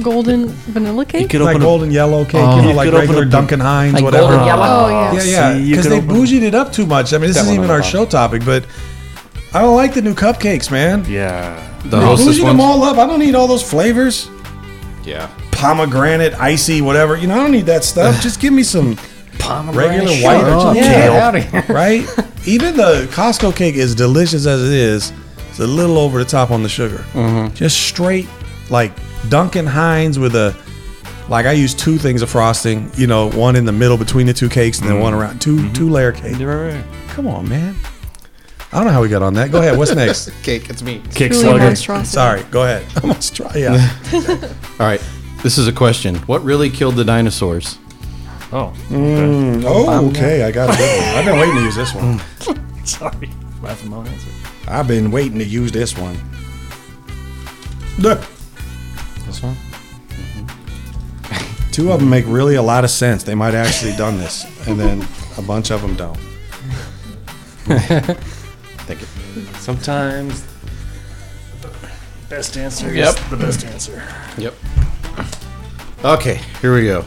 [SPEAKER 6] Golden vanilla
[SPEAKER 1] You
[SPEAKER 6] cake.
[SPEAKER 1] could
[SPEAKER 3] like
[SPEAKER 1] open
[SPEAKER 3] golden yellow cake, you know,
[SPEAKER 1] You
[SPEAKER 3] like
[SPEAKER 1] could open
[SPEAKER 3] regular
[SPEAKER 1] a-
[SPEAKER 3] Duncan Hines,
[SPEAKER 5] Like
[SPEAKER 3] whatever.
[SPEAKER 5] golden yellow.
[SPEAKER 6] Oh
[SPEAKER 3] Yeah,
[SPEAKER 6] yeah.
[SPEAKER 3] yeah,
[SPEAKER 1] See, you
[SPEAKER 3] because
[SPEAKER 1] could
[SPEAKER 3] they
[SPEAKER 1] open-
[SPEAKER 3] bougied it up too much. I mean, this isn't
[SPEAKER 4] one
[SPEAKER 3] even
[SPEAKER 4] I'm
[SPEAKER 3] our
[SPEAKER 4] about.
[SPEAKER 3] show topic, but I don't like the new cupcakes, man.
[SPEAKER 1] a. Yeah.
[SPEAKER 4] The
[SPEAKER 3] They
[SPEAKER 4] hostess
[SPEAKER 3] bougied them
[SPEAKER 4] one.
[SPEAKER 3] all up. I don't need all those flavors.
[SPEAKER 4] Yeah.
[SPEAKER 3] Pomegranate, icy, whatever. You know, I don't need that stuff. Just give me some regular white or
[SPEAKER 7] Get
[SPEAKER 3] kale,
[SPEAKER 7] out of here.
[SPEAKER 3] right? Even the Costco cake, as delicious as it is, it's a little over the top on the sugar.
[SPEAKER 1] Mm-hmm.
[SPEAKER 3] Just straight, like Duncan Hines with a, like I use two things of frosting. You know, one
[SPEAKER 1] Mm-hmm.
[SPEAKER 3] in the middle between the two cakes, and then one around 2 two layer cake. Come on, man. I don't know how we got on that. Go ahead. What's next?
[SPEAKER 4] Cake, it's me.
[SPEAKER 1] Kick
[SPEAKER 6] Truly
[SPEAKER 1] slugger.
[SPEAKER 6] monstrosity.
[SPEAKER 3] Sorry. Go ahead. Almost try. Yeah.
[SPEAKER 4] All right. This is a question. What really killed the dinosaurs?
[SPEAKER 1] Oh,
[SPEAKER 3] Oh, okay. I got a good one. I've been waiting to use this one.
[SPEAKER 1] sorry. Laugh at my own answer.
[SPEAKER 3] I've been waiting to use this one. Look,
[SPEAKER 7] This one?
[SPEAKER 3] two of them make really a lot of sense. They might have actually done this, and then a bunch of them don't.
[SPEAKER 4] Thank you.
[SPEAKER 7] Sometimes.
[SPEAKER 1] Best answer is
[SPEAKER 5] Yep.
[SPEAKER 1] the best answer.
[SPEAKER 4] Yep. Okay, here we go.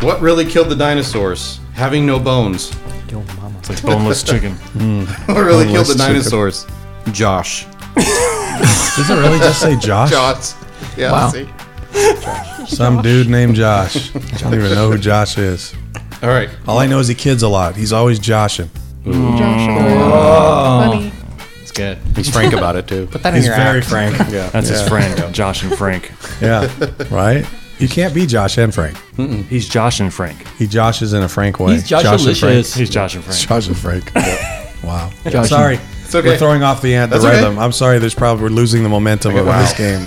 [SPEAKER 4] What really killed the dinosaurs? Having no bones.
[SPEAKER 7] Yo, mama.
[SPEAKER 1] It's like boneless chicken.
[SPEAKER 4] What really
[SPEAKER 3] Boneless
[SPEAKER 4] killed the
[SPEAKER 3] chicken.
[SPEAKER 4] dinosaurs? Josh.
[SPEAKER 3] Does it really just say Josh?
[SPEAKER 4] Josh. Yeah,
[SPEAKER 5] Wow.
[SPEAKER 4] see?
[SPEAKER 3] Some dude named Josh. I don't even know who Josh is.
[SPEAKER 4] All right.
[SPEAKER 3] All I know is he kids a lot. He's always joshing.
[SPEAKER 6] Joshua. Funny.
[SPEAKER 4] It's good. He's frank about it, too.
[SPEAKER 7] Put that
[SPEAKER 3] He's
[SPEAKER 7] in your
[SPEAKER 3] very
[SPEAKER 7] act.
[SPEAKER 3] frank. Yeah.
[SPEAKER 1] That's
[SPEAKER 3] yeah.
[SPEAKER 1] his friend, Josh and Frank.
[SPEAKER 3] Yeah. Right? You can't be Josh and Frank.
[SPEAKER 1] He's Josh and Frank.
[SPEAKER 3] He joshes in a Frank
[SPEAKER 6] Oh,
[SPEAKER 3] way.
[SPEAKER 5] He's Josh
[SPEAKER 3] and Frank.
[SPEAKER 5] Alicious.
[SPEAKER 1] He's Josh and Frank.
[SPEAKER 3] Josh and Frank. Wow.
[SPEAKER 7] Josh and-
[SPEAKER 3] sorry.
[SPEAKER 4] okay.
[SPEAKER 3] We're throwing off the, ant, the
[SPEAKER 4] That's okay.
[SPEAKER 3] rhythm. I'm sorry. There's probably we're losing the momentum of
[SPEAKER 4] wow.
[SPEAKER 3] this game.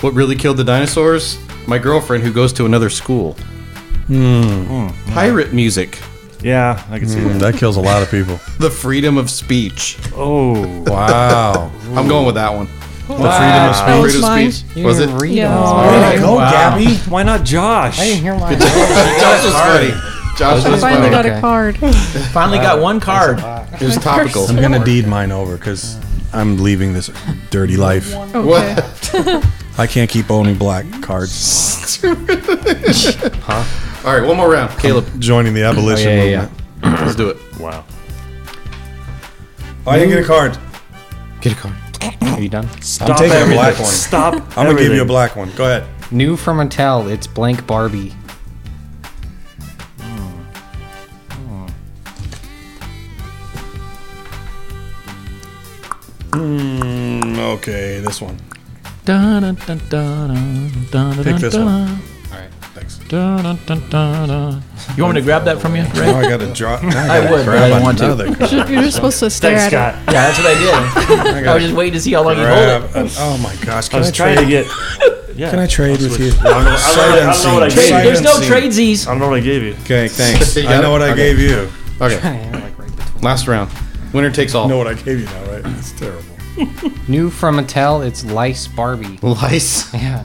[SPEAKER 4] What really killed the dinosaurs? My girlfriend who goes to another school. Hmm. Pirate music.
[SPEAKER 1] Yeah, I can see that.
[SPEAKER 3] That kills a lot of people.
[SPEAKER 4] The freedom of speech.
[SPEAKER 1] Oh,
[SPEAKER 3] Wow.
[SPEAKER 4] I'm going with that one.
[SPEAKER 6] That was
[SPEAKER 4] freedom
[SPEAKER 6] mine.
[SPEAKER 4] of speech.
[SPEAKER 7] You
[SPEAKER 4] Was it?
[SPEAKER 7] didn't read
[SPEAKER 6] Yeah.
[SPEAKER 7] them.
[SPEAKER 3] go, Gabby.
[SPEAKER 1] why not Josh?
[SPEAKER 7] I didn't hear mine.
[SPEAKER 4] Josh was funny. Josh
[SPEAKER 6] I
[SPEAKER 4] was
[SPEAKER 6] finally
[SPEAKER 4] funny.
[SPEAKER 6] got
[SPEAKER 7] Okay.
[SPEAKER 6] a card.
[SPEAKER 5] Finally got one card.
[SPEAKER 4] It was topical.
[SPEAKER 3] I'm gonna deed mine over because I'm leaving this dirty life.
[SPEAKER 6] Okay.
[SPEAKER 3] I can't keep owning black cards.
[SPEAKER 4] All right, one more round. Caleb,
[SPEAKER 3] Joining the abolition
[SPEAKER 7] Oh, yeah, yeah,
[SPEAKER 3] movement.
[SPEAKER 4] let's do it.
[SPEAKER 1] Wow.
[SPEAKER 3] Oh, I didn't get a card.
[SPEAKER 4] Get a card.
[SPEAKER 7] Are you done?
[SPEAKER 3] I'm
[SPEAKER 1] Stop
[SPEAKER 3] taking a
[SPEAKER 1] everything.
[SPEAKER 3] black one.
[SPEAKER 1] Stop.
[SPEAKER 3] I'm gonna give you a black one. Go ahead.
[SPEAKER 7] New from Mattel, it's blank Barbie.
[SPEAKER 3] Hmm, Okay, this one.
[SPEAKER 7] Dun, dun, dun, dun, dun, dun,
[SPEAKER 3] Pick this one.
[SPEAKER 7] dun,
[SPEAKER 4] All right.
[SPEAKER 3] Thanks.
[SPEAKER 7] dun, dun, dun, dun, dun.
[SPEAKER 5] You want me to grab that from you, Ray?
[SPEAKER 3] Now I gotta draw. now I, gotta
[SPEAKER 5] would, but I
[SPEAKER 3] grab
[SPEAKER 5] didn't want to.
[SPEAKER 3] another card.
[SPEAKER 6] You're just supposed to stare
[SPEAKER 1] Thanks,
[SPEAKER 6] at it.
[SPEAKER 1] Scott.
[SPEAKER 5] Yeah, that's what I did. I was just waiting to see how long you hold it.
[SPEAKER 3] Grab an- oh my gosh!
[SPEAKER 1] I
[SPEAKER 3] Can I,
[SPEAKER 1] was trying
[SPEAKER 3] trade?
[SPEAKER 1] to get. Yeah.
[SPEAKER 3] Can I trade with you?
[SPEAKER 1] I don't know- I don't know what I
[SPEAKER 3] Sight
[SPEAKER 1] gave you.
[SPEAKER 5] There's no
[SPEAKER 3] unseen.
[SPEAKER 5] tradesies.
[SPEAKER 1] I don't know what I gave you.
[SPEAKER 3] Okay, thanks.
[SPEAKER 4] You got
[SPEAKER 3] I know
[SPEAKER 4] it?
[SPEAKER 3] what I
[SPEAKER 4] Okay.
[SPEAKER 3] gave you.
[SPEAKER 4] Okay, last round. Winner takes all.
[SPEAKER 3] I know what I gave you now, right? That's terrible.
[SPEAKER 7] New from Mattel, it's lice Barbie.
[SPEAKER 4] Lice.
[SPEAKER 7] Yeah.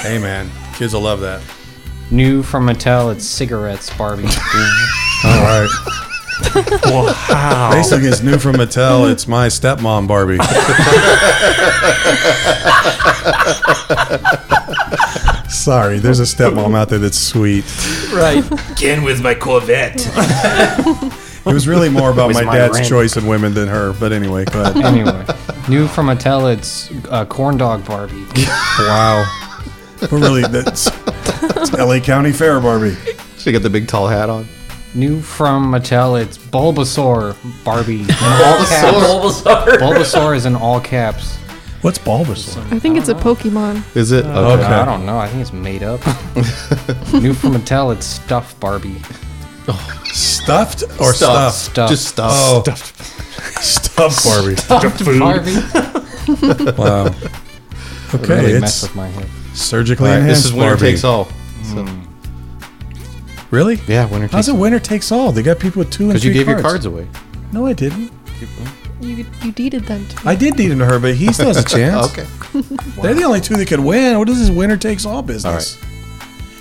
[SPEAKER 3] Hey man, kids will love that.
[SPEAKER 7] New from Mattel, it's cigarettes Barbie.
[SPEAKER 3] All right.
[SPEAKER 1] Wow.
[SPEAKER 3] Based against new from Mattel, it's my stepmom Barbie. Sorry, there's a stepmom out there that's sweet.
[SPEAKER 5] Right.
[SPEAKER 1] Again with my Corvette.
[SPEAKER 3] It was really more about my,
[SPEAKER 7] my
[SPEAKER 3] dad's
[SPEAKER 7] rent.
[SPEAKER 3] choice in women than her. But anyway, go ahead.
[SPEAKER 7] anyway, new from Mattel, it's uh, corn dog Barbie.
[SPEAKER 3] wow. But really, that's it's LA County Fair Barbie.
[SPEAKER 4] She got the big tall hat on.
[SPEAKER 7] New from Mattel, it's Bulbasaur Barbie. In all caps.
[SPEAKER 5] Bulbasaur.
[SPEAKER 7] Bulbasaur is in all caps.
[SPEAKER 3] What's Bulbasaur?
[SPEAKER 6] I think it's a Pokemon.
[SPEAKER 4] Is it?
[SPEAKER 7] Uh,
[SPEAKER 3] Okay.
[SPEAKER 7] I don't know. I think it's made up. new from Mattel, it's stuff Barbie.
[SPEAKER 3] Stuffed or
[SPEAKER 4] Stuff.
[SPEAKER 3] stuffed?
[SPEAKER 7] Stuff.
[SPEAKER 4] Just stuff.
[SPEAKER 3] Oh, stuffed. Stuffed Barbie.
[SPEAKER 7] Barbie.
[SPEAKER 3] Wow. Okay,
[SPEAKER 7] really mess
[SPEAKER 3] it's
[SPEAKER 7] with my head.
[SPEAKER 3] surgically
[SPEAKER 4] All right,
[SPEAKER 3] enhanced
[SPEAKER 4] this is winner
[SPEAKER 3] Barbie.
[SPEAKER 4] takes all.
[SPEAKER 3] Really?
[SPEAKER 4] Yeah, winner
[SPEAKER 3] How's
[SPEAKER 4] takes
[SPEAKER 3] it
[SPEAKER 4] all.
[SPEAKER 3] winner takes all? They got people with two and
[SPEAKER 4] Because
[SPEAKER 3] three
[SPEAKER 4] you gave your
[SPEAKER 3] cards.
[SPEAKER 4] cards away.
[SPEAKER 3] No, I didn't.
[SPEAKER 6] You you deeded them to me.
[SPEAKER 3] I did need him to her, but he still has a chance. They're the only two that could win. What is this winner takes all business?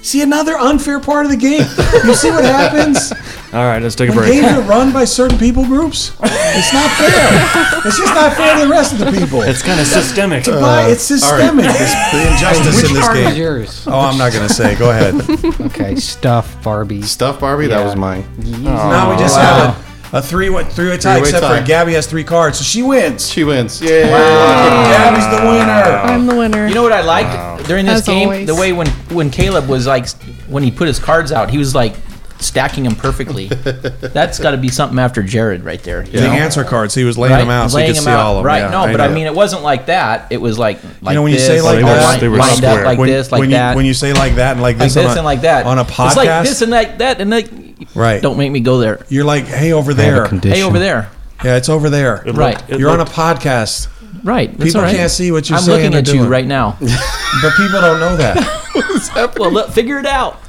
[SPEAKER 3] See, another unfair part of the game. You see what happens?
[SPEAKER 1] All right, let's take a
[SPEAKER 3] when
[SPEAKER 1] break.
[SPEAKER 3] games are run by certain people groups. It's not fair. It's just not fair to the rest of the people.
[SPEAKER 1] It's kind of systemic.
[SPEAKER 3] Why? uh, it's systemic. the injustice
[SPEAKER 7] Which card is yours?
[SPEAKER 3] Oh, I'm not going to say. Go ahead.
[SPEAKER 7] Okay, stuff Barbie.
[SPEAKER 4] Stuff Barbie, that
[SPEAKER 7] Yeah.
[SPEAKER 4] was mine.
[SPEAKER 3] now we just have a, a three way three-way tie,
[SPEAKER 4] Three-way
[SPEAKER 3] except
[SPEAKER 4] tie.
[SPEAKER 3] for Gabby has three cards, so she wins.
[SPEAKER 4] She wins. Yeah.
[SPEAKER 3] Gabby's the winner.
[SPEAKER 6] I'm the winner.
[SPEAKER 5] You know what I liked during this
[SPEAKER 6] As
[SPEAKER 5] game?
[SPEAKER 6] always.
[SPEAKER 5] The way when when Caleb was like when he put his cards out, he was like stacking them perfectly. That's got to be something after Jared right there. you
[SPEAKER 3] The
[SPEAKER 5] know?
[SPEAKER 3] answer cards. He was laying
[SPEAKER 5] Right?
[SPEAKER 3] them out so you
[SPEAKER 5] Laying
[SPEAKER 3] could
[SPEAKER 5] 'em
[SPEAKER 3] see
[SPEAKER 5] out.
[SPEAKER 3] all of them.
[SPEAKER 5] Right?
[SPEAKER 3] Yeah,
[SPEAKER 5] no, but I
[SPEAKER 3] know.
[SPEAKER 5] mean, it wasn't like that. It was like like
[SPEAKER 3] you know, when you
[SPEAKER 5] this,
[SPEAKER 3] say like
[SPEAKER 1] They were-
[SPEAKER 3] that,
[SPEAKER 1] they were
[SPEAKER 5] lined up
[SPEAKER 1] square.
[SPEAKER 5] like
[SPEAKER 3] when
[SPEAKER 5] this,
[SPEAKER 3] you,
[SPEAKER 5] like
[SPEAKER 3] when
[SPEAKER 5] that,
[SPEAKER 3] You, when you say like that and like
[SPEAKER 5] like
[SPEAKER 3] this,
[SPEAKER 5] this
[SPEAKER 3] on a,
[SPEAKER 5] and like that
[SPEAKER 3] on a podcast,
[SPEAKER 5] It's like this and like that and like
[SPEAKER 3] Right.
[SPEAKER 5] Don't make me go there.
[SPEAKER 3] You're like, hey, over there.
[SPEAKER 5] Hey, over there.
[SPEAKER 3] Yeah, it's over there.
[SPEAKER 5] looked- Right. it
[SPEAKER 3] You're on a podcast,
[SPEAKER 5] Right. That's
[SPEAKER 3] People
[SPEAKER 5] all right.
[SPEAKER 3] can't see what you're
[SPEAKER 5] I'm
[SPEAKER 3] saying
[SPEAKER 5] looking
[SPEAKER 3] or
[SPEAKER 5] at you
[SPEAKER 3] doing.
[SPEAKER 5] right now.
[SPEAKER 3] but people don't know that.
[SPEAKER 5] well, look, figure it out.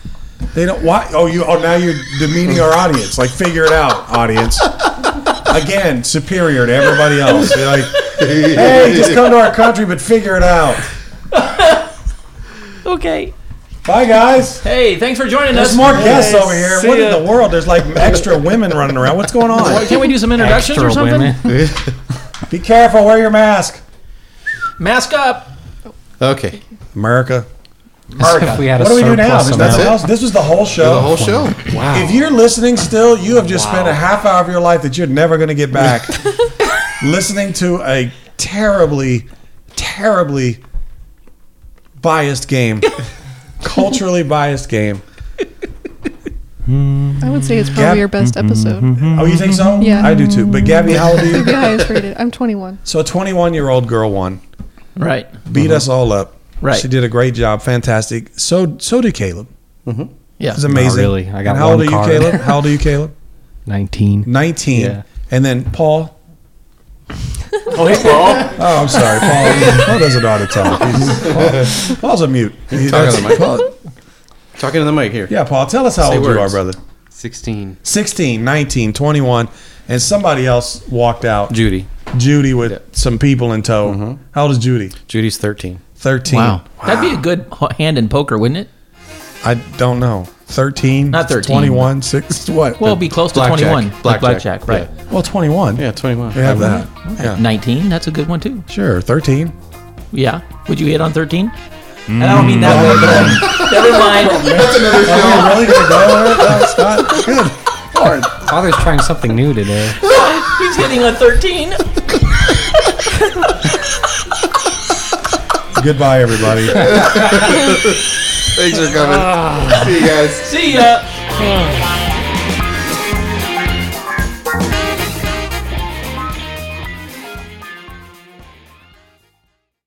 [SPEAKER 3] They don't. Why? Oh, you. Oh, now you're demeaning our audience. Like, figure it out, audience. Again, superior to everybody else. You're like, hey, just come to our country, but figure it out.
[SPEAKER 5] Okay.
[SPEAKER 3] Bye, guys.
[SPEAKER 5] Hey, thanks for joining
[SPEAKER 3] There's
[SPEAKER 5] us.
[SPEAKER 3] more guests over here.
[SPEAKER 1] see
[SPEAKER 3] What
[SPEAKER 1] ya.
[SPEAKER 3] in the world? There's like extra women running around. What's going on?
[SPEAKER 5] Can't we do some introductions or
[SPEAKER 7] Extra
[SPEAKER 5] something?
[SPEAKER 7] women.
[SPEAKER 3] Be careful. Wear your mask.
[SPEAKER 5] Mask up.
[SPEAKER 4] Okay.
[SPEAKER 3] America.
[SPEAKER 7] If we had a
[SPEAKER 3] What do we do now?
[SPEAKER 7] surplus
[SPEAKER 3] There's
[SPEAKER 7] amount.
[SPEAKER 3] nothing
[SPEAKER 4] it.
[SPEAKER 3] else. This was the whole show.
[SPEAKER 4] The whole show.
[SPEAKER 3] If you're listening still, you have just spent a half hour of your life that you're never going to get back listening to a terribly, terribly biased game, culturally biased game.
[SPEAKER 6] I would say it's probably your best episode.
[SPEAKER 3] Oh, you think so?
[SPEAKER 6] Yeah.
[SPEAKER 3] I do too. But Gabby, how old are
[SPEAKER 6] It'd be
[SPEAKER 3] you?
[SPEAKER 6] highest rated. I'm 21.
[SPEAKER 3] So a 21 year old girl won,
[SPEAKER 5] Right.
[SPEAKER 7] Mm-hmm.
[SPEAKER 3] beat us all up.
[SPEAKER 5] Right.
[SPEAKER 3] She did a great job. Fantastic. So so did Caleb.
[SPEAKER 5] Yeah.
[SPEAKER 3] It's amazing.
[SPEAKER 7] really. I got
[SPEAKER 3] And how
[SPEAKER 7] one
[SPEAKER 3] old are
[SPEAKER 7] card.
[SPEAKER 3] you, Caleb? How old are you, Caleb?
[SPEAKER 7] 19.
[SPEAKER 3] 19.
[SPEAKER 7] Yeah.
[SPEAKER 3] And then Paul.
[SPEAKER 1] Oh, hey, Paul.
[SPEAKER 3] Oh, I'm sorry. Paul, Paul doesn't know how to talk. He's- Paul, Paul's a mute. He-
[SPEAKER 4] Talk
[SPEAKER 3] that's-
[SPEAKER 4] on the mic.
[SPEAKER 3] Paul-
[SPEAKER 4] Talking to the mic here.
[SPEAKER 3] yeah, Paul, tell us how
[SPEAKER 4] Say
[SPEAKER 3] old you are,
[SPEAKER 4] words.
[SPEAKER 3] brother.
[SPEAKER 8] 16.
[SPEAKER 3] 16, 19, 21, and somebody else walked out.
[SPEAKER 4] Judy.
[SPEAKER 3] Judy with
[SPEAKER 4] Yeah. Mm-hmm.
[SPEAKER 3] some people in tow. How old is Judy?
[SPEAKER 4] Judy's 13.
[SPEAKER 3] 13.
[SPEAKER 5] That'd be a good h- hand in poker, wouldn't it?
[SPEAKER 3] I don't know. 13?
[SPEAKER 5] Not 13.
[SPEAKER 3] 21, 6, what?
[SPEAKER 5] Well, it'd be close to
[SPEAKER 4] Blackjack.
[SPEAKER 5] 21. Like
[SPEAKER 4] Blackjack.
[SPEAKER 5] blackjack, right.
[SPEAKER 3] well 21.
[SPEAKER 4] Yeah, 21.
[SPEAKER 3] We have that. Yeah.
[SPEAKER 5] 19, that's a good one too.
[SPEAKER 3] Sure, 13.
[SPEAKER 5] Yeah. Would you hit on 13? And I don't mean that way. but- Never mind.
[SPEAKER 3] Are we really going to go there? That's not good. Lord.
[SPEAKER 7] Father's trying something new today.
[SPEAKER 5] He's hitting on 13.
[SPEAKER 3] Goodbye, everybody.
[SPEAKER 4] Thanks for coming. See you guys.
[SPEAKER 5] See ya.